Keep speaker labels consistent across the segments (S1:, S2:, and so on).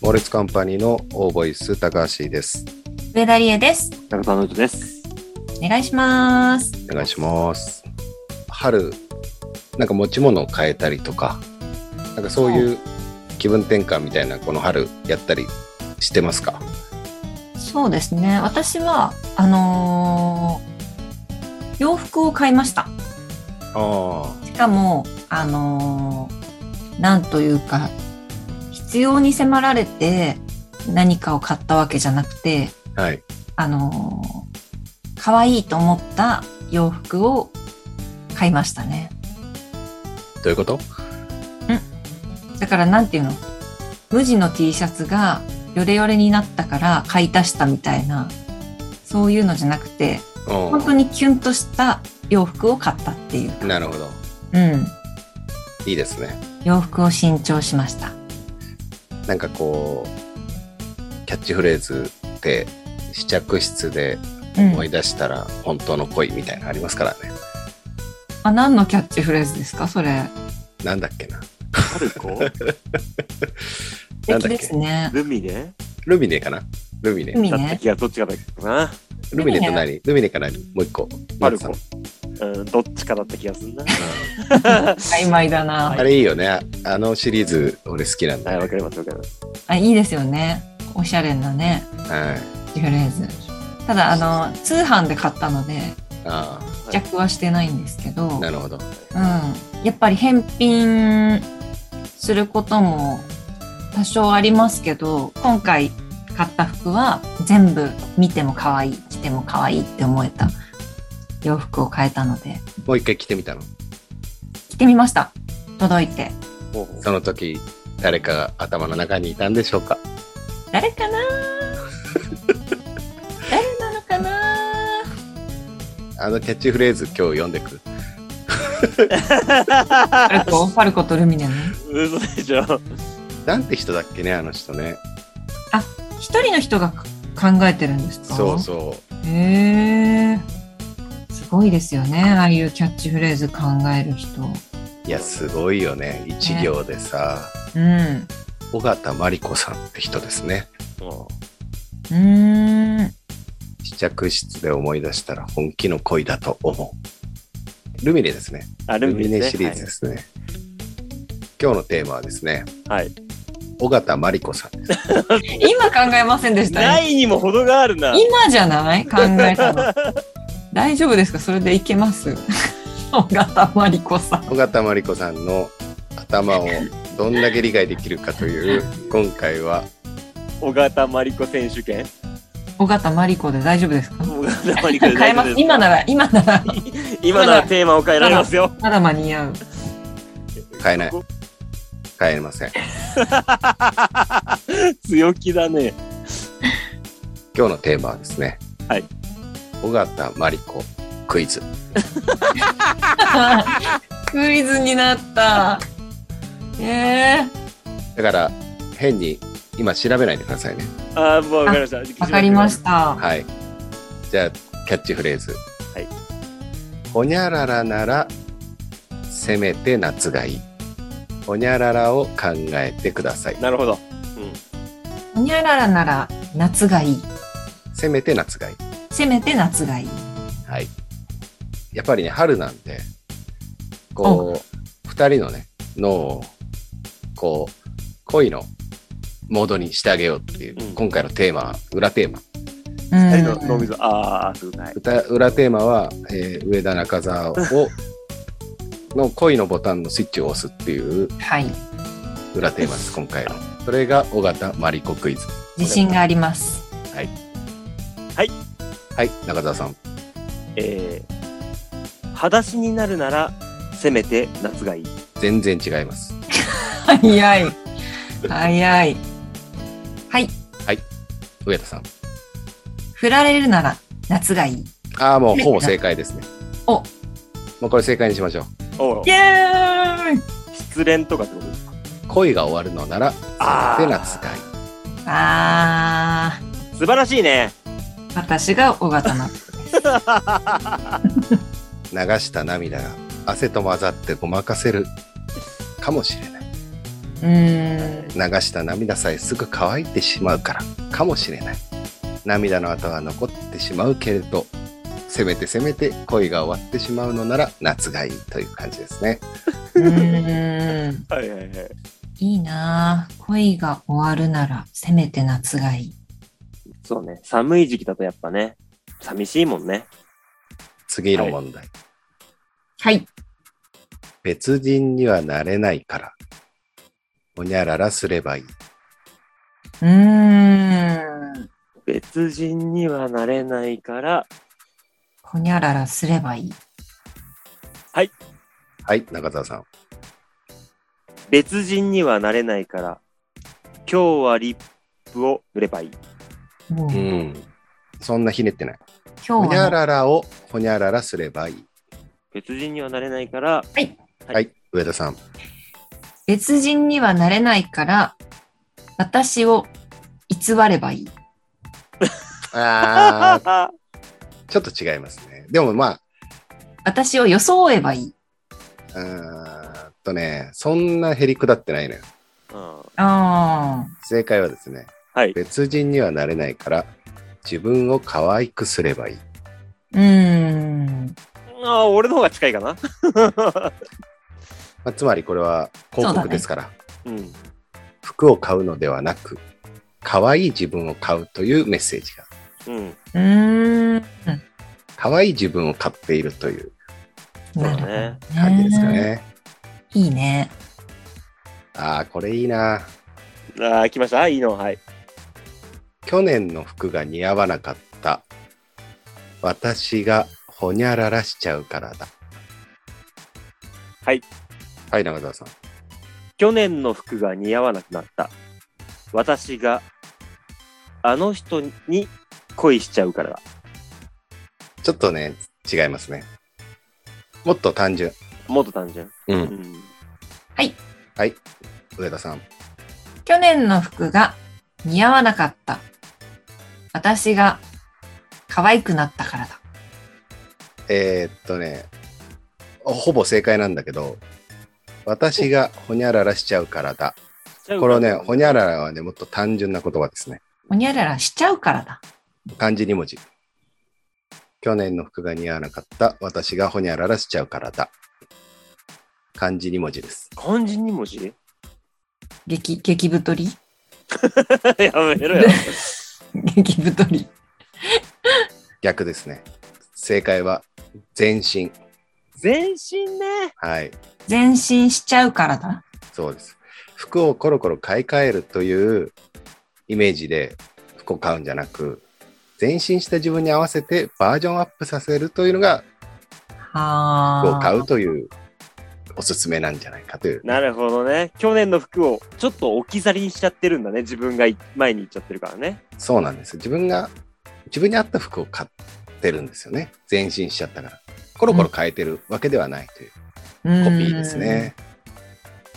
S1: モレツカンパニーのオーボイス高橋です。
S2: 上田理恵です。
S3: 中田の人です。
S2: お願いします。
S1: お願いします。春、なんか持ち物を変えたりとか、なんかそういう気分転換みたいなこの春やったりしてますか
S2: そうですね。私は、あのー洋服を買いました。
S1: あ
S2: しかも、あのーなんというか、必要に迫られて何かを買ったわけじゃなくて、
S1: あ。はい。
S2: あのー可愛いと思った洋服を買いましたね。
S1: どういうこと
S2: だからなんていうの無地の T シャツがヨレヨレになったから買い足したみたいな、そういうのじゃなくて、本当
S1: う
S2: にキュンとした洋服を買ったっていう。
S1: ん。なるほど。
S2: うん。
S1: いいですね。
S2: 洋服を新調しました。
S1: なんかこう、キャッチフレーズって試着室で
S2: うん
S1: 思い出したら本当の恋みたいなのありますからね。
S2: あ、何のキャッチフレーズですかそれ。
S1: なんだっけな。
S3: 春 子
S1: なん
S2: 素
S1: だ
S2: 敵
S1: っ
S2: で
S1: け
S2: すね。
S3: ルミネ
S1: ルミネかなルミネ。
S2: 海
S3: だった
S2: ね。
S3: 気がどっちかだっけな。
S1: ルミネと何ルミネか何もう一個。
S3: パルコ
S1: うん。
S3: うん、どっちかだった気がするな。
S2: 曖昧だな。
S1: あれいいよね。あのシリーズ俺好きなんだ
S3: はい、
S1: よ。
S3: わかりますわかります。
S2: あ、いいですよね。おしゃれなね、
S1: はい。
S2: キャッチフレーズ。ただ、あの、通販で買ったので、
S1: あ
S2: 試着はしてないんですけど。
S1: あ、なるほど。
S2: うん、やっぱり返品することも多少ありますけど今回買った服は全部見ても可愛い着ても可愛いって思えた洋服を変えたので
S1: もう一回来てみたの。
S2: 着てみました届いて
S3: ほうほう
S1: その時、誰かが頭の中にいたんでしょうか
S2: 誰か な誰なのかな
S1: あのキャッチフレーズ今日読んでく。
S2: ファルコファルコとルミネの
S3: 嘘でしょ。
S1: なんて人だっけね、あの人ね。
S2: 一人の人が考えてるんですか
S1: そうそう。
S2: へえすごいですよねああいうキャッチフレーズ考える人
S1: いや、すごいよね。一行でさ、
S2: うん
S1: 尾形真理子さんって人ですね。
S3: も
S2: うーん。
S1: 試着室で思い出したら本気の恋だと思う。ルミネですね。
S3: うあ、
S1: ル
S3: ル
S1: ミ
S3: ミ
S1: ネ
S3: ネ
S1: シリーズですね。今日のテーマはですね、
S3: はい。
S1: 尾形真理子さんです。
S2: 今考えませんでした
S3: な
S2: ね。
S3: いにも程があるな。
S2: 今じゃない考えたの。大丈夫ですかそれでいけ ます。尾形真理子さん。
S1: 尾形真理子さんの頭をどんだけ理解できるかと いう、今回は、
S3: 小型マリコ選手権。
S2: 尾形真理子で大丈夫ですか
S3: 小型マリコで
S2: 変え
S3: 大丈
S2: ます
S3: 夫で。す
S2: 今なら、今なら、
S3: 今ならテーマを変えられますよ。
S2: まだ間に合う。
S1: 変えない。変えません。
S3: 強気だね。
S1: 今日のテーマはですね、
S3: はい
S1: 尾形真理子クイズ。
S2: クイズになった。ええ
S1: だから、変に今調べないでくださいね。
S3: あー、もうわかりました。
S2: わかりました。
S1: はい。じゃあ、キャッチフレーズ。
S3: はい。
S1: ほにゃららなら、せめて夏がいい。ほにゃららを考えてください。
S3: なるほど。
S2: ほにゃららなら夏がいい。
S1: せめて夏がいい。
S2: せめて夏がいい。
S1: はい。やっぱりね、春なんで、こう、二人のね、脳を、こう、恋のモードにしてあげようっていう、
S3: うん
S1: 今回のテーマ、裏テーマ。
S2: うん
S3: 二人の脳みそ。ああ、すごい。
S1: 歌裏テーマは、えー上田中 澤をの恋のボタンのスイッチを押すっていう
S2: はい。
S1: 裏テーマ です今回のそれが尾形マリコクイズ
S2: 自信があります。
S1: はい中澤さん
S3: えー、裸足になるなら、せめて夏がいい。
S1: 全然違います
S2: 早い。早い。はい。
S1: 上田さん
S2: 振られるなら夏がいい。
S1: ああも うほぼ正解ですね
S2: お
S1: もうこれ正解にしましょう
S3: おう
S2: イエーイ
S3: 失恋とかってことですか
S1: 恋が終わるのなら
S3: あー
S1: せめて夏がいい
S2: あ
S3: 素晴らしい ね。
S2: ー、私が尾形な。
S1: 流した涙が汗と混ざってごまかせるかもしれない
S2: うん。
S1: 流した涙さえすぐ乾いてしまうからかもしれない涙の跡は残ってしまうけれどせめてせめて恋が終わってしまうのなら夏がいいという感じですね
S2: うん。
S3: はいはいはい。
S2: いいなぁ恋が終わるなら、せめて夏がいい。
S3: そうね。寒い時期だとやっぱね、寂しいもんね。
S1: 次の問題、
S2: はい。
S1: 別人にはなれないからほにゃららすればいいう
S2: ーん。
S3: 別人にはなれないから、
S2: ほにゃららすればいい。
S1: はい中澤さん
S3: 別人にはなれないから、今日はリップを塗ればいい。
S2: もう
S1: う
S2: 今
S1: んそんなひねってない
S2: 日
S1: ほにゃ
S2: は、
S1: ららをほにゃららすればいい
S3: 別人にはなれないから、はい
S1: はい上田さん
S2: 別人にはなれないから、私を偽ればいい。
S1: あー
S3: あ
S1: ちょっと違いますねでもまあ
S2: 私を装えばいい。
S1: うーんとね、そんなへりくだってないのよ。
S3: うん
S2: あ
S1: 正解はですね、
S3: はい。
S1: 別人にはなれないから、自分を可愛くすればいい。
S2: あ。うーん。
S3: ああ、俺の方が近いかな。
S1: まあ、つまりこれは広告ですから、
S3: うん。
S1: 服を買うのではなく、可愛い自分を買うというメッセージが、
S3: うん。
S2: うーん。
S1: 可愛い自分を買っているという
S3: そう
S2: な
S3: だ
S2: る
S3: ね。
S2: ほど
S1: 感じですか。ね。
S2: いいね。
S1: ああ、これいいな。
S3: ああ、来ました。あいいの。はい。
S1: 去年の服が似合わなかった。私がほにゃららしちゃうからだ。
S3: はい。
S1: はい、中澤さん。
S3: 去年の服が似合わなくなった。私が、あの人に恋しちゃうからだ。
S1: ちょっとね、違いますね。もっと単純。
S3: もっと単純。
S1: う。
S3: うんん。
S1: はい。上田さん。
S2: 去年の服が似合わなかった。私が可愛くなったからだ。
S1: えーっとね、ほぼ正解なんだけど、私がほにゃららしちゃうからだ。これはね、ほにゃららはね、もっと単純な言葉ですね。
S2: ほにゃららしちゃうからだ。
S1: 漢字2文字。去年の服が似合わなかった。私がほにゃららしちゃうからだ。漢字2文字です。
S3: 漢字2文字
S2: 激、激太り
S3: やめろよ。
S2: 激太り。
S1: 逆ですね。正解は、全身。
S3: 全身ね。
S1: はい。
S2: 前進しちゃうからだ。
S1: そうです。服をコロコロ買い替えるというイメージで服を買うんじゃなく、前進した自分に合わせてバージョンアップさせるというのが
S2: は
S1: 服を買
S2: あ。
S1: うというおすすめなんじゃないかという。
S3: なるほどね。去年の服をちょっと置き去りにしちゃってるんだね。自分が前に行っちゃってるからね。
S1: そうなんです。自分が、自分に合った服を買ってるんですよね。前進しちゃったから。コロコロ変えてるわけではないという
S2: コ
S1: コピーですね。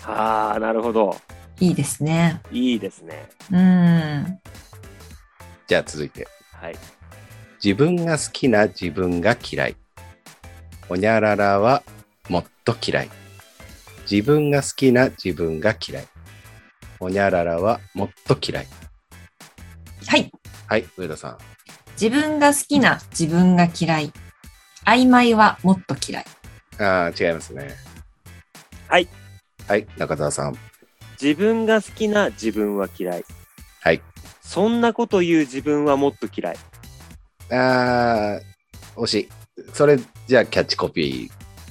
S3: ああ、なるほど。
S2: いいですね。
S3: いいですね。
S2: うん。
S1: じゃあ続いて。
S3: はい。
S1: 自分が好きな自分が嫌い。ほにゃららはもっと嫌い。自分が好きな自分が嫌い。ほにゃららはもっと嫌い。
S2: はい。
S1: はい、上田さん。
S2: 自分が好きな自分が嫌い。曖昧はもっと嫌い。
S1: ああ、違いますね。
S3: はい。
S1: はい、中澤さん。
S3: 自分が好きな自分は嫌い。
S1: はい。
S3: そんなこと言う自分はもっと嫌い。
S1: ああ、惜しい。それじゃあキャッチコピ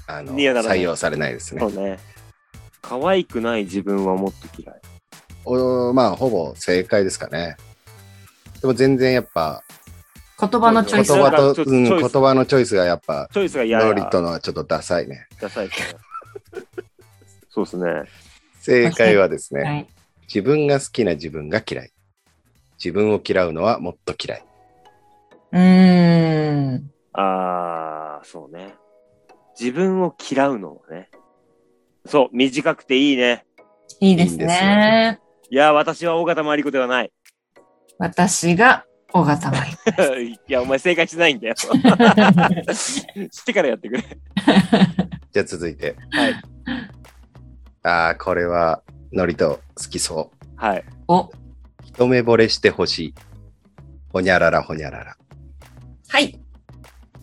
S1: ー、あの、
S3: いやならない
S1: 採用されないですね
S3: そう。ね。可愛くない自分はもっと嫌い。
S1: おまあ、ほぼ正解ですかね。でも全然やっぱ、
S2: 言葉のチョ
S1: 言
S2: イス。
S3: は
S1: 葉
S3: ち
S1: と、
S3: ょ
S1: うん、
S3: チョイ
S1: 言
S3: ス
S1: 葉のチョイスがやっぱ、
S3: チョイスが嫌
S1: ロ
S3: だ。
S1: リとのはちょっとダサいね。
S3: ダサいですね。そうですね。
S1: 正解はです
S2: は
S1: ね、
S2: い。
S1: 自分が好きな自分が嫌い。自分を嫌うのはもっと嫌い。
S2: うーん。
S3: あー、そうね。自分を嫌うのもね。そう、短くていいね。
S2: いいです
S1: いいです
S2: ね。
S3: いや、私は大型マリコではない。
S2: 私が小型マイク。
S3: いや、お前正解しないんだよ。してからやってくれ。
S1: じゃあ続いて。
S3: はい。
S1: ああ、これはのりと好きそ
S3: はい。
S2: お、
S1: う。一目惚れしてほしい。ほにゃららほにゃらら。
S2: はい。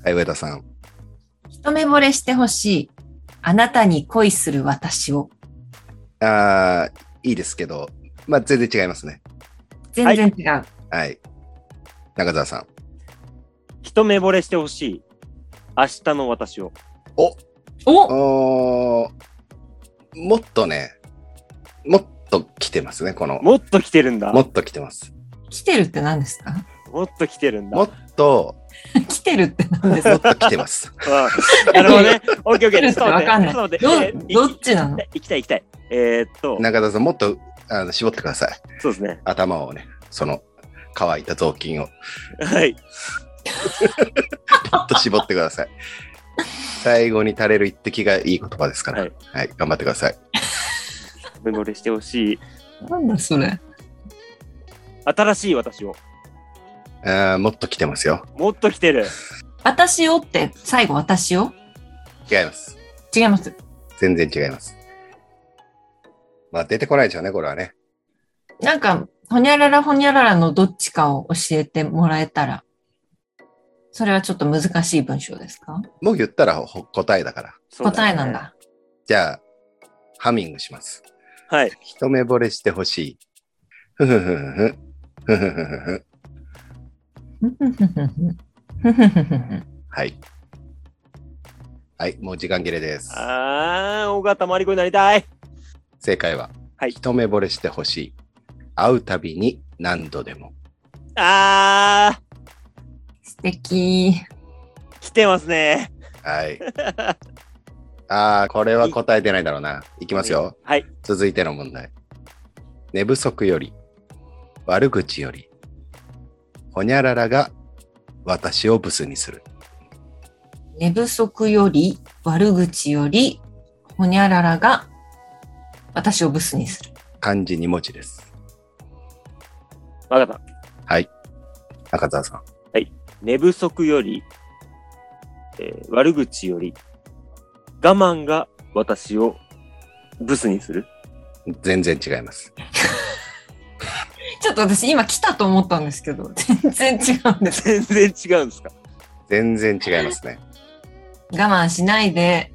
S1: はい、上田さん。
S2: 一目惚れしてほしい。あなたに恋する私を。
S1: あーいいですけど、まあ、全然違いますね。
S2: 全然違う。
S1: はい。中澤さん。
S3: 一目惚れしてほしい。明日の私を。
S2: お
S1: おーもっとね、もっと来てますね、この。
S3: もっと来てるんだ。
S1: も
S3: も
S1: っと来てます。
S2: 来てるって何ですか
S3: っと来てるんだ。
S1: もっと、
S2: 来てるって 何です
S1: も
S2: か
S1: っと来てます。
S3: うんなるほどね。オッケーオッケー。ちょっと待
S2: わかん
S3: っ
S2: な
S3: て。
S2: い
S3: ちょっと待って。
S2: ど
S3: えーい
S2: どっちなの
S3: 行きたい行きたい。えーっと、
S1: 中澤さん、もっとあの絞ってください。
S3: そうですね。
S1: 頭をね、その乾いた雑巾を、
S3: はい。
S1: パッと絞ってください。 最後に垂れる一滴がいい言葉ですから。
S3: は
S1: はいい、頑張ってください。
S3: 一目惚れしてほしい。
S2: なんだそれ。
S3: 新しい私を。
S1: あーもっと来てますよ。
S3: もっと来てる。
S2: 私をって最後私を
S1: 違います。
S2: 違います。
S1: 全然違います。まあ、出てこないでしょうね、これはね。
S2: なんか、ほにゃららほにゃららのどっちかを教えてもらえたら。それはちょっと難しい文章ですか、
S1: もう言ったらほ答えだから。
S3: そう
S2: 答えなん。だ。
S1: じゃあ、ハミングします。
S3: はい。
S1: 一目惚れしてほしい。ふふふふふ。ふふふふふ。
S2: ふふふふふふふふふ
S1: はい。はい、もう時間切れです。
S3: あー、尾形まりこになりたい。
S1: 正解は、
S3: はい
S1: 一目惚れしてほしい。会うたびに何度でも。
S3: あ
S2: 素敵。
S3: ー、来てますね。
S1: はい。ああ、これは答えてないだろうな。いきますよ。
S3: はい。
S1: 続いての問題。寝不足より、悪口より、ほにゃららが私をブスにする。
S2: 寝不足より悪口よりほにゃららが私をブスにする。
S1: 漢字2文字です。
S3: わかった。
S1: 中澤さん。
S3: 寝不足より、えー悪口より、我慢が私をブスにする。
S1: 全然違います。
S2: ちょっと私今来たと思ったんですけど、全然違うんです。
S3: 全然違うんですか
S1: 全然違いますね。
S2: 我慢しないで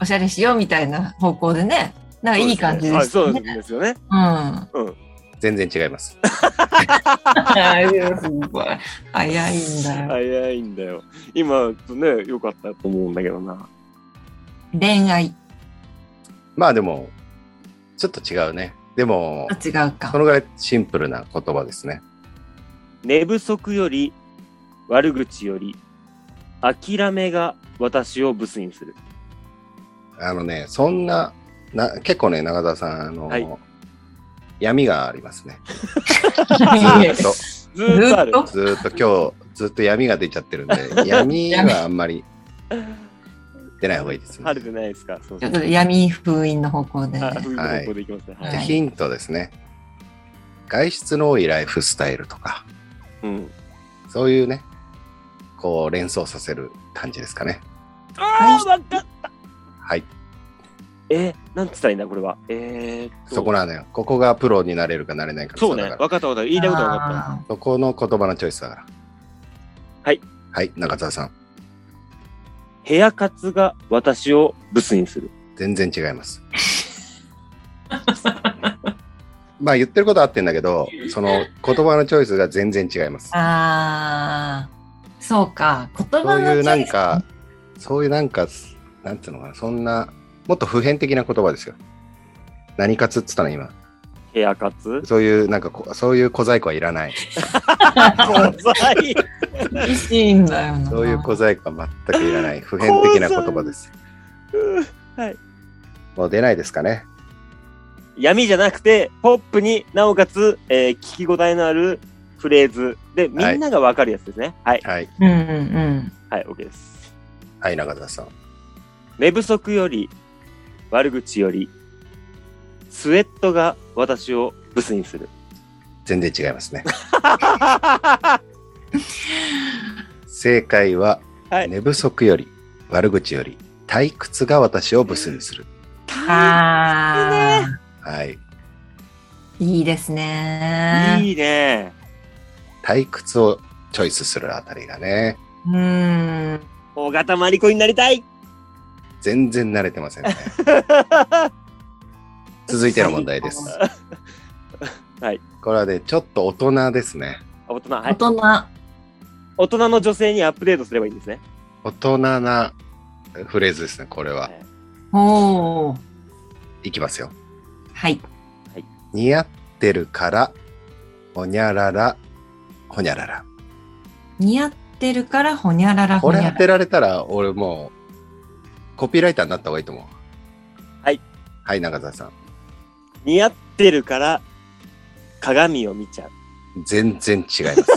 S2: おしゃれしようみたいな方向でね、なんかいい感じで
S3: はい、
S2: す
S3: そう
S2: ね。
S3: ですよね。
S2: うん。あ
S1: 全然違います。
S2: ーすごい早いんだよ。
S3: 早いんだよ。今ね、良かったと思うんだけどな。
S2: 恋愛
S1: まあでも、ちょっと違うね。でも、
S2: と違うか
S1: そ。のぐらいシンプルな言葉ですね。
S3: 寝不足より、悪口より、諦めが私をブスにする。
S1: あのね、そんな、な結構ね、中澤さん、あの、
S3: はい
S1: 闇がありますね。
S2: いえ
S1: ずーっ
S3: ずーっとある。
S2: ずー
S1: と、
S2: っ
S1: ずーっと今日、ずーっ と闇が出ちゃってるん で、闇はあんまり出ない方がいい ですね。
S3: 晴れてないですかそう
S2: ち
S3: そ
S2: ょ
S3: う
S2: っと闇封印の方向で、
S3: あ、
S2: ね。
S3: 冬の方向でいきますね。
S2: はい
S1: で
S3: はい。
S1: ヒントですね。外出の多いライフスタイルとか、
S3: うん。
S1: そういうね、こう連想させる感じですかね。
S3: ああ、わかっ
S1: はい。
S3: えー、なんつったらいいんだ、これは。えーっと
S1: そこなのよ。ここがプロになれるかなれないかの差
S3: そう
S1: だ
S3: ね。
S1: から
S3: わかったわかった。言いたいことは分かっ
S2: あ
S1: そこの言葉のチョイスだから。
S3: はい。
S1: はい、中澤さん。
S3: た。部屋活が私をブスにする。
S1: 全然違います。まあ言ってることは合ってんだけど、その言葉のチョイスが全然違います
S2: ー。あー、そうか。言
S1: そ
S2: 葉
S1: う
S2: の
S1: いう
S2: チ
S1: な
S2: ョイ
S1: ん
S2: ス
S1: か、そういうなんか、なんていうのかな、そんな、もっと普遍的な言葉ですよ。何かつっつったの今。
S3: 部屋活
S1: そういう、なんかこ、そういう小細工はいらない。
S3: 小細工
S2: 厳しいんだよな。
S1: そういう小細工は全くいらない。普遍的な言葉です。もう出ないですかね。
S3: 闇じゃなくて、ポップになおかつ、えー聞き応えのあるフレーズで、みんながわかるやつですね。はい。
S1: はい。
S2: うんうん
S3: はい、OK です。
S1: はい、中澤さん。
S3: 寝不足より、悪口より、スウェットが私をブスにする。
S1: 全然違いますね。正解は、
S3: はい
S1: 寝不足より悪口より退屈が私をブスにする。
S2: うん。ああ、
S1: はい。
S2: いいですね。
S3: いいね。
S1: 退屈をチョイスするあたりがね、
S2: うーん。
S3: 大型マリコになりたい
S1: 全然慣れてませんね。続いての問題です。
S3: はい。
S1: これはね、ちょっと大人ですね。
S3: 大人、は
S2: 大
S3: い。
S2: 人。
S3: 大人の女性にアップデートすればいいんですね。
S1: 大人なフレーズですね、これは。
S2: おー。
S1: いきますよ。
S2: はい。
S1: 似合ってるから、ほにゃらら、ほにゃらら。
S2: 似合ってるから、ほにゃらら
S1: こ
S2: ほ
S1: れ
S2: に
S1: 当
S2: ゃら
S1: て
S2: ら。
S1: られたら、俺もう、コピーライターになった方がいいと思う。
S3: はい。
S1: はい、中澤さん。
S3: 似合ってるから、鏡を見ちゃう。
S1: 全然違います。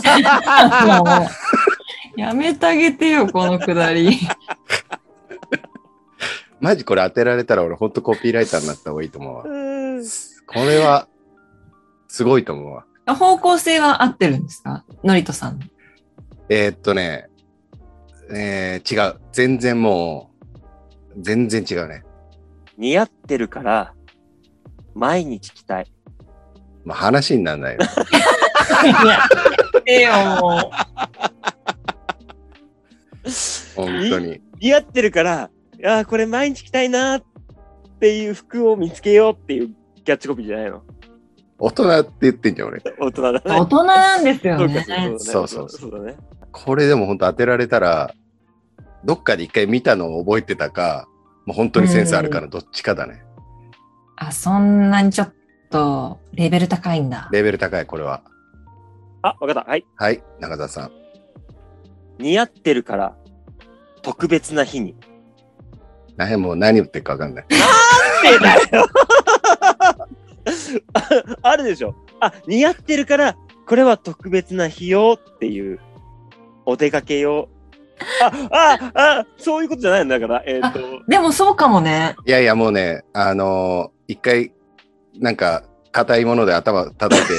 S2: もうやめてあげてよ、このくだり。
S1: マジこれ当てられたら、俺ほんとコピーライターになった方がいいと思うわ。
S3: うん
S1: これは、すごいと思うわ。
S2: 方向性は合ってるんですかのりとさ んの。
S1: えーっとね、えー違う。全然もう、全然違うね。
S3: 似合ってるから、毎日着たい。
S1: まあ、話にならない よ。
S2: えよ、も
S1: 本当に。
S3: 似合ってるから、いやーこれ毎日着たいなーっていう服を見つけようっていうキャッチコピーじゃないの。
S1: 大人って言ってんじゃん、俺。
S3: 大人だね。
S2: 大人なんですよね。
S1: そうそうそう
S3: だね。
S1: これでも本当当てられたら、どっかで一回見たのを覚えてたか、もう本当にセンスあるかのどっちかだね。
S2: あ、そんなにちょっと、レベル高いんだ。
S1: レベル高い、これは。
S3: あ、わかった。はい。
S1: はい、中澤さん。
S3: 似合ってるから、特別な日に。
S1: 何もう何言ってるか分かんない。
S3: ああるでしょ。あ、似合ってるから、これは特別な日よっていう、お出かけよ。あ、あ、あ、そういうことじゃないのだから、えっ、と、
S2: でもそうかもね。
S1: いやいや、もうね、あのー一回、なんか、硬いもので頭叩い て、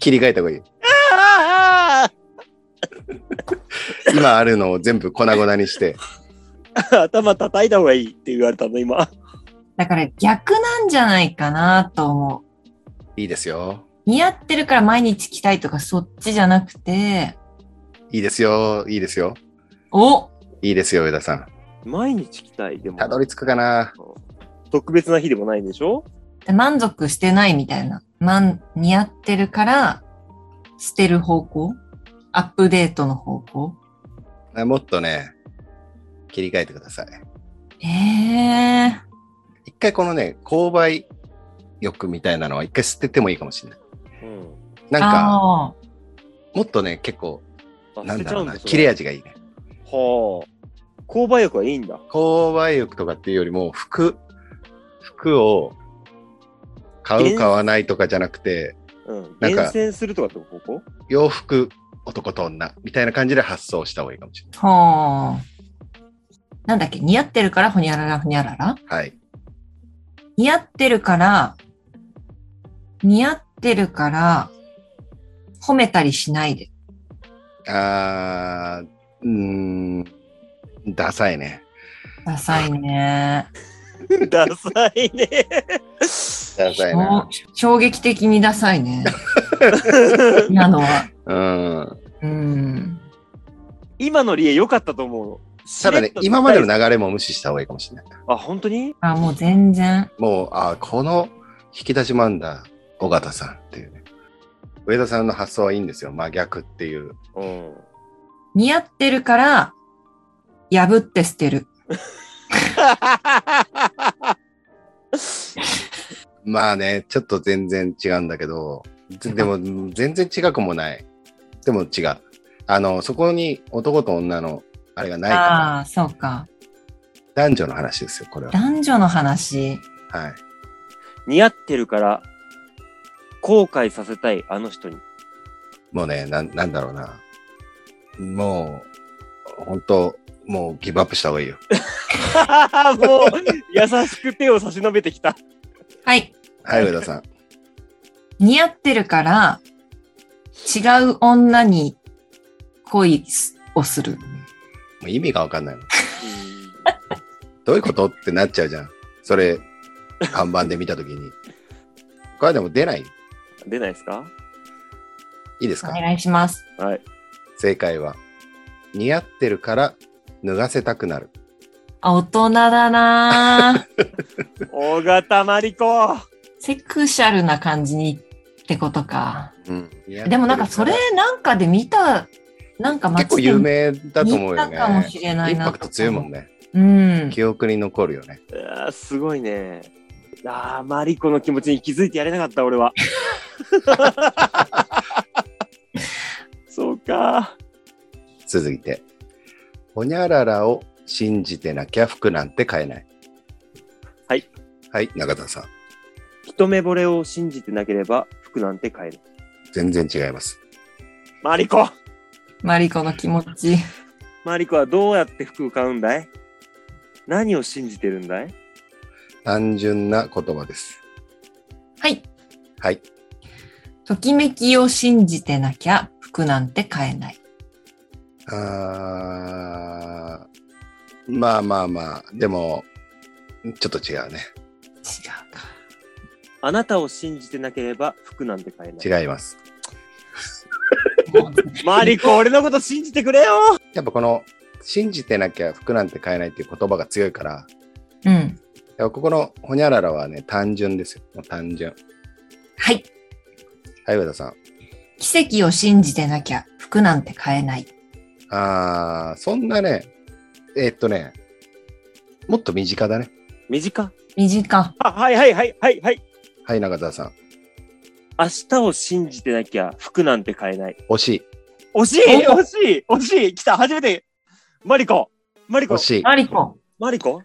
S1: 切り替えた方がいい。
S3: あ
S1: 今あるのを全部粉々にして、
S3: あ、 頭叩いた方がいいって言われたの、今。
S2: だから逆なんじゃないかなと思う。
S1: いいですよ。
S2: 似合ってるから毎日着たいとかそっちじゃなくて、
S1: いいですよ。いいですよ。
S2: お
S1: いいですよ、上田さん。
S3: 毎日着たい、でも
S1: たどり着くかな
S3: 特別な日でもないんでしょ
S2: 満足してないみたいな。満似合ってるから、捨てる方向アップデートの方向
S1: もっとね、切り替えてください。
S2: ええ
S1: 一回このね、購買欲みたいなのは一回捨ててもいいかもしれない。
S3: うん。
S1: な
S2: ー。
S1: んか、
S2: あ
S1: もっとね、結構、
S3: あ
S1: なんだろうな、
S3: 捨て
S1: 切
S3: ち
S1: れ
S3: ゃうんだ
S1: 味がいいね。
S3: それはあ。購買欲はいいんだ。
S1: 購買欲とかっていうよりも、服、服を買
S3: え
S1: う、買わないとかじゃなくて、
S3: うん。
S1: なんか
S3: 厳選するとかってこ
S1: 洋服、男と女みたいな感じで発想した方がいいかもしれ
S2: あ。ほう。なんだっけ似合ってるからほにゃららほにゃらら
S1: ない。はい。
S2: 似合ってるから、似合ってるから、褒めたりしないで。
S1: あー、うーん、ダサいね。
S2: ダサいね。
S3: こダサい ね。
S1: ダサいな。
S2: 衝撃的にダサいね。なのは。
S1: うん。
S2: うん。
S3: 今の理恵良かったと思うの。
S1: ただね、今までの流れも無視した方がいいかもしれない。
S3: あ、本当に
S2: あ、もう全然。
S1: もう、あこの引き出しもあんだ、尾形さんっていうね。上田さんの発想はいいんですよ。真逆っていう。
S3: うん。
S2: 似合ってるから、破って捨てる。
S1: まあね、ちょっと全然違うんだけど、ぜでも全然違くもない。でも違う。あの、そこに男と女のあれがないか
S2: ああ、そうか。
S1: ら、男女の話ですよ、これは。
S2: 男女の話。
S1: はい。
S3: 似合ってるから、後悔させたい、あの人に。
S1: もうね、なんなんだろうな。もう、本当もうギブアップした方がいいよ。
S3: もう、優しく手を差し伸べてきた。
S2: はい。
S1: はい、上田さん。
S2: 似合ってるから、違う女に恋をする。
S1: もう意味がわかんないもん。どういうことって なっちゃうじゃん。それ、看板で見たときに。これはでも出ない。
S3: 出ないですか
S1: いいです
S2: お
S1: か、
S2: 願いします。
S3: はい。
S1: 正解は、似合ってるから脱がせたくなる。
S2: あ、大人だなぁ
S3: 大型マリコ
S2: セクシャルな感じにってことか。
S1: うん、
S2: でもなんかそれなんかで見た、なんか
S1: 結構有名だと思うよ
S2: 見
S1: ね。
S2: たかもしれない
S1: イ
S2: な
S1: ンパクト強いもんね。
S2: うん。
S1: 記憶に残るよね。
S3: うわーすごいね。あーマリコの気持ちに気づいてやれなかった、俺 は。そうか。
S1: 続いて、ほにゃららを信じてなきゃ服なんて買えない。
S3: はい。
S1: はい、中田さん。
S3: 一目惚れを信じてなければ服なんて買える。
S1: 全然違います。
S3: マリコ
S2: マリコの気持ち。
S3: マリコはどうやって服を買うんだい何を信じてるんだい
S1: 単純な言葉です。
S2: はい。
S1: はい。
S2: ときめきを信じてなきゃ服なんて買えない。
S1: あーまあまあまあ、でも、ちょっと違うね。
S2: 違うか。
S3: あなたを信じてなければ服なんて買えない。
S1: 違います。
S2: もう
S3: マリコ、俺のこと信じてくれよ
S1: やっぱこの、信じてなきゃ服なんて買えないっていう言葉が強いから、
S2: うん。
S1: やっぱここのほにゃららはね、単純ですよ。もう単純。
S2: はい。
S1: はい、上田さん。
S2: 奇跡を信じてなきゃ服なんて買えない。
S1: あー、そんなね、えーっとね、もっと身近だね。
S3: 身近
S2: 身近。
S3: あ、はいはいはいはいはい。
S1: はい、中澤さん。
S3: 明日を信じてなきゃ服なんて買えない。
S1: 惜しい。
S3: 惜しい
S2: お
S3: 惜しい惜しい来た初めてマリコマリコ
S1: 惜しい。
S2: マリコ。
S3: マリコ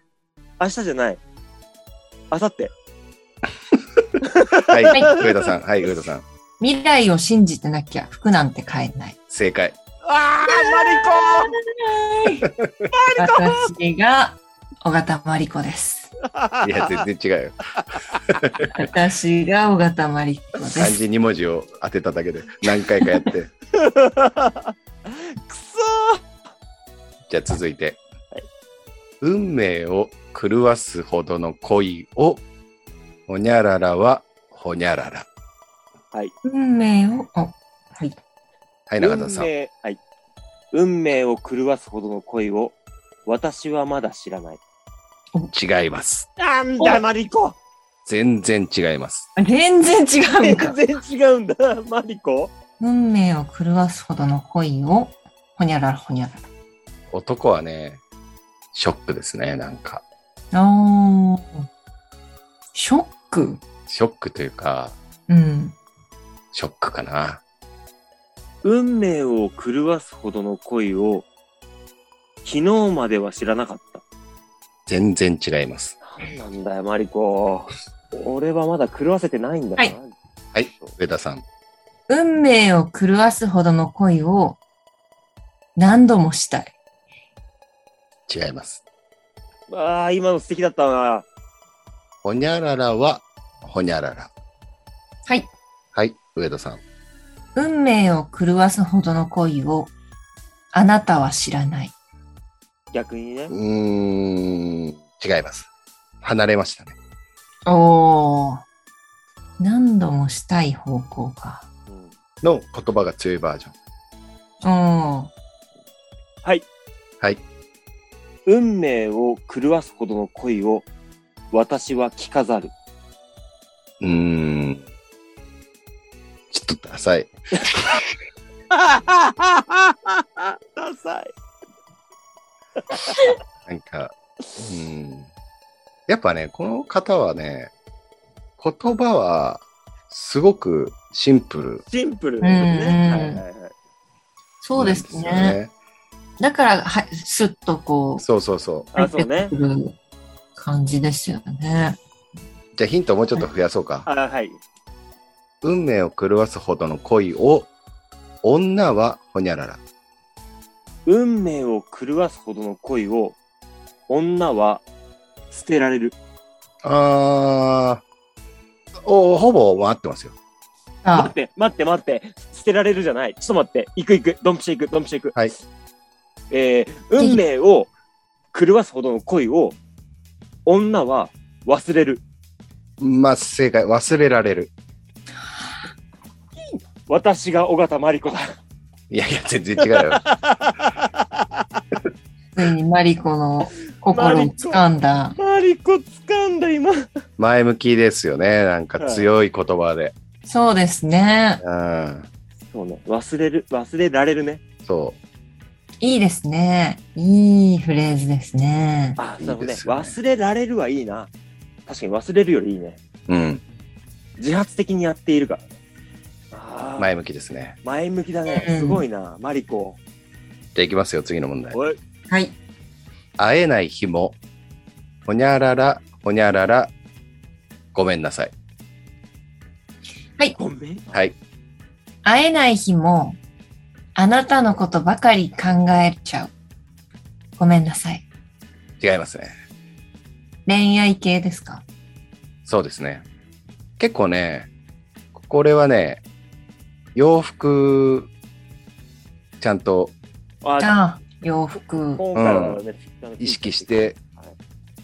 S3: 明日じゃない。明後日
S1: はい、
S2: はい
S1: 上田さん。はい、上田さん。
S2: 未来を信じてなきゃ服なんて買えない。
S1: 正解。
S3: あー
S2: 私が尾形マリコです。
S3: マ
S1: い
S3: リコ
S1: や、全然違うよ。
S2: 私が尾形マリコで
S1: 漢
S2: す。
S1: 字2文字を当てただけで何回かやって。
S3: くそ
S1: じゃあ続いて。運命を狂わすほどの恋を、ほにゃららはほにゃらら。
S2: 運命を、おはい。
S1: はい、
S3: ー
S1: 中澤さん
S3: 運。命、はい。運命を狂わすほどの恋を私はまだ知らない。
S1: 違います。
S3: なん
S2: だ
S3: マリコ
S1: 全然違います。
S2: 全然違う
S3: 全
S2: んか。
S3: 然違うんだ、マリコ。
S2: 運命を狂わすほどの恋を、ほにゃららほにゃら
S1: 男はね、ショックですね、なんか。
S2: ら。おー。ショック
S1: ショックというか、
S2: うん。
S1: ショックかな。
S3: 運命を狂わすほどの恋を昨日までは知らなかった。
S1: 全然違います。
S3: なんなんだよ、マリコ。俺はまだ狂わせてないんだな。
S2: はい
S1: はい、上田さん。
S2: 運命を狂わすほどの恋を何度もしたい。
S1: 違います。
S3: ああ、今の素敵だったな。
S1: ほにゃららは、ほにゃらら。
S2: はい。
S1: はい、上田さん。
S2: 運命を狂わすほどの恋をあなたは知らない。
S3: 逆にね
S1: う。ーん、違います。離れましたね。
S2: おー。何度もしたい方向か。
S3: うん
S1: の言葉が強いバージョン。
S2: おー。
S1: はい、
S3: 運命を狂わすほどの恋を私は着飾る。
S1: うーん。ちょっとダサい。
S3: ダサい。
S1: なんか、うーん。やっぱね、この方はね、言葉は、すごくシンプル
S3: シンプルですね。
S2: うん
S3: はいはいはい。
S2: そうですね。
S1: なんよ。
S2: だから、は、すっとこう、
S1: そうそうそう。
S3: あ、そうね
S2: く。る感じですよね。
S1: じゃあヒントもうちょっと増やそうか。
S3: あ、はい。
S1: 運命を狂わすほどの恋を、女はほにゃらら。
S3: 運命を狂わすほどの恋を女は捨てられる。
S1: あー、おほぼ回ってますよ。
S3: 待
S2: あ、
S3: って、待って、待って。捨てられるじゃない。ちょっと待って。行く行く。ドンピシャ行く。ドンピシャ行く。
S1: はい。
S3: えー、運命を狂わすほどの恋を女は忘れる。
S1: まあ、正解。忘れられる。
S3: 私が尾形真理子だ。
S1: いやいや、全然違うよ。
S2: ついにマリコの心を掴んだ。
S3: 真理子掴んだ今。
S1: 前向きですよね。なんか強い言葉で。
S2: そうですね。
S1: うん。
S3: そうね、忘れる、忘れられるね。
S1: そ
S2: いいですね。いいフレーズですね。
S3: あ、
S1: いい
S3: そうね
S1: ですよね
S3: 忘れられるはいいな。確かに忘れるよりいいね。
S1: う。うん。
S3: 自発的にやっているからね。あー
S1: 前向きですね。
S3: 前向きだね。
S2: うん
S3: すごいな、マリコ。
S1: じゃあいきますよ、次の問題。
S3: おい
S2: はい。
S1: 会えない日も、ほにゃらら、ほにゃらら、ごめんなさい。
S3: ごめん。
S1: はい。
S2: 会えない日も、あなたのことばかり考えちゃう。ごめんなさい。
S1: 違いますね。
S2: 恋愛系ですか
S1: そうですね。結構ね、これはね、洋服、ちゃんと
S3: あ、
S2: ああ、洋服。
S3: 今回はね、
S1: 意識して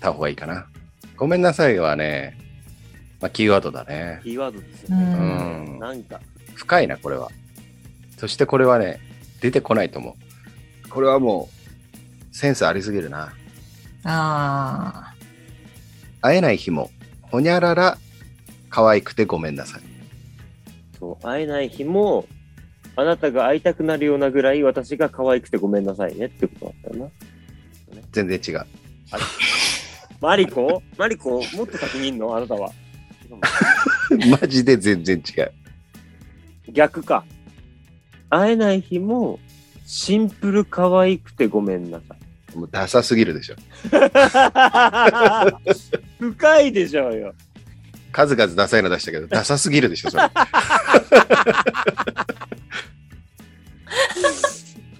S1: た方がいいかな。ごめんなさいはね、まあ、キーワードだね。
S3: キーワードですよ
S2: う
S3: ね。
S2: ん。
S1: うん
S3: なんか、
S1: 深いな、これは。そしてこれはね、出てこないと思う。これはもう、センスありすぎるな。
S2: ああ、
S1: 会えない日も、ほにゃらら、可愛くてごめんなさい。
S3: そう会えない日も、あなたが会いたくなるようなぐらい私が可愛くてごめんなさいねってことだったよな。
S1: 全然違う。
S3: マリ コマリコもっと先にいんのあなた は。
S1: マジで全然違う。
S3: 逆か。会えない日も、シンプル可愛くてごめんなさ
S1: もうダサすぎるでしょ。
S3: い。深いでしょうよ。
S1: 数々ダサいの出したけど、ダサすぎるでしょ、それ。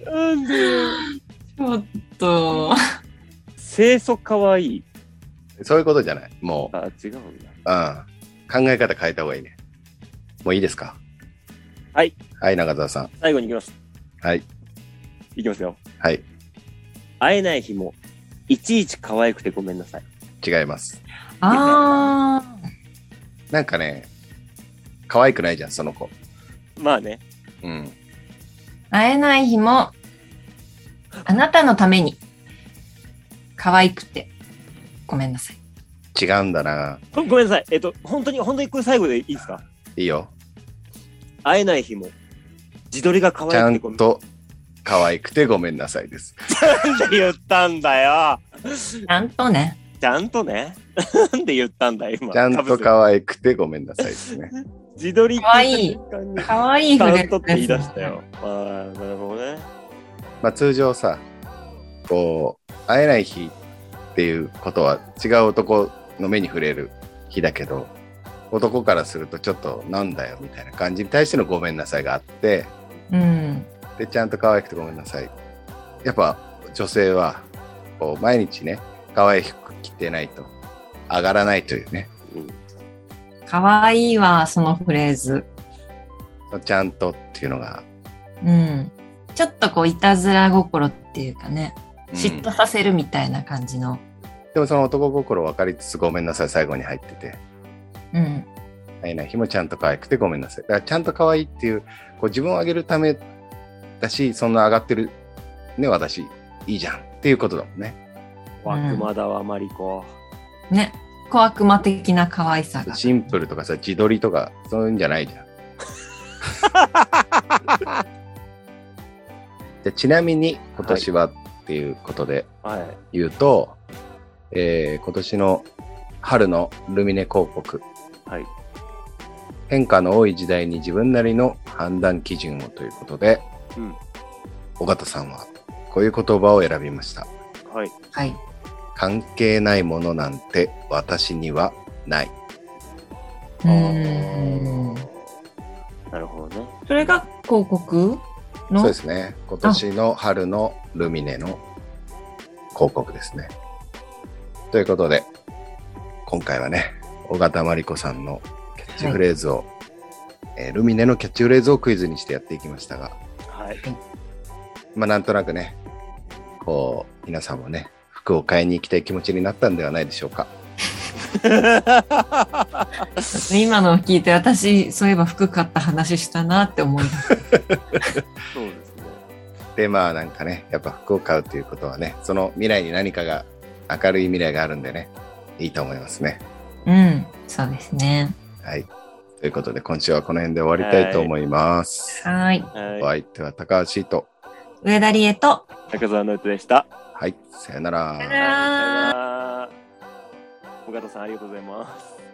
S3: なんでよ
S2: ちょっと、
S3: 清楚可愛い。
S1: そういうことじゃない。もう、
S3: あ、違うんだ。
S1: うん。考え方変えた方がいいね。もういいですか
S3: はい。
S1: はい、中澤さん。
S3: 最後に行きます。
S1: はい。
S3: いきますよ。
S1: はい。
S3: 会えない日も、いちいち可愛くてごめんなさい。
S1: 違います。
S2: ああ、
S1: なんかね、可愛くないじゃん、その子。
S3: まあね。
S1: うん。
S2: 会えない日も、あなたのために、可愛くて、ごめんなさい。
S1: 違うんだな。
S3: ごごめんなさい。えっと、本当に、本当にこれ最後でいいですか
S1: いいよ。
S3: 会えない日も、自撮りが可
S1: ちゃ
S3: 愛く
S1: ん
S3: てごめんなさい。
S1: と、可愛くてごめんなさいです。
S3: なんで言ったんだよ。
S2: ちゃんとね。
S3: ちゃんとね。 なんで言ったんだよ、今。
S1: ちゃんと
S3: か
S1: 可愛くてごめんなさいです ね。
S3: 自撮り
S2: かわいい
S3: 瞬間に
S2: 可愛い
S3: ち
S2: フレーズで
S3: ゃ
S2: す
S3: んとって言い出したよ。ああ、なるほどね。
S1: まあ通常さ、こう、会えない日っていうことは違う男の目に触れる日だけど、男からするとちょっとなんだよみたいな感じに対してのごめんなさいがあって、
S2: うん。
S1: で、ちゃんと可愛くてごめんなさい。やっぱ女性は、こう、毎日ね、可愛い服着てないと上がらないというね、
S2: 可愛いわ、そのフレーズ。
S1: ちゃんとっていうのが、
S2: うん。ちょっとこう、いたずら心っていうかね、
S1: うん
S2: 嫉妬させるみたいな感じの。
S1: でもその男心を分かりつつごめんなさい最後に入ってて、
S2: うん。
S1: 会えない日もちゃんと可愛くてごめんなさい。だからちゃんと可愛いっていう、こう自分を上げるためだし、そんな上がってる、ね、私、いいじゃんっていうことだもんね。
S3: 悪魔だわ、マリコ。
S2: ね。小悪魔的な可愛さが。
S1: シンプルとかさ、自撮りとか、そういうんじゃない じゃん。でちなみに、今年はっていうことで
S3: はい。
S1: 言うと、えー今年の春のルミネ広告、
S3: はい。
S1: 変化の多い時代に自分なりの判断基準をということで、
S3: うん
S1: 尾形さんはこういう言葉を選びました
S3: はい。
S2: はい。
S1: 関係ないものなんて私にはない
S2: うん。
S3: なるほどね。
S2: それが広告
S1: そう
S2: の
S1: ですね今年の春のルミネの広告ですねということで今回はね尾形真理子さんのキャッチフレーズを、えールミネのキャッチフレーズをクイズにしてやっていきましたが
S3: はい。
S1: まあなんとなくね、こう、皆さんもね、服を買いに行きたい気持ちになったんではないでしょうか。
S2: 今のを聞いて私そういえば服買った話したなって思います
S3: そうですね。
S1: でまあなんかねやっぱ服を買うということはねその未来に何かが明るい未来があるんでねいいと思いますね
S2: うんそうですね
S1: はいということで今週はこの辺で終わりたいと思います、
S2: はーい
S1: お
S3: はい。
S1: 相手は高橋と
S2: 上田理恵と
S3: 中澤のうつでした。
S1: はいさよ
S2: さよなら
S3: さよなら。尾形さん、ありがとうございます。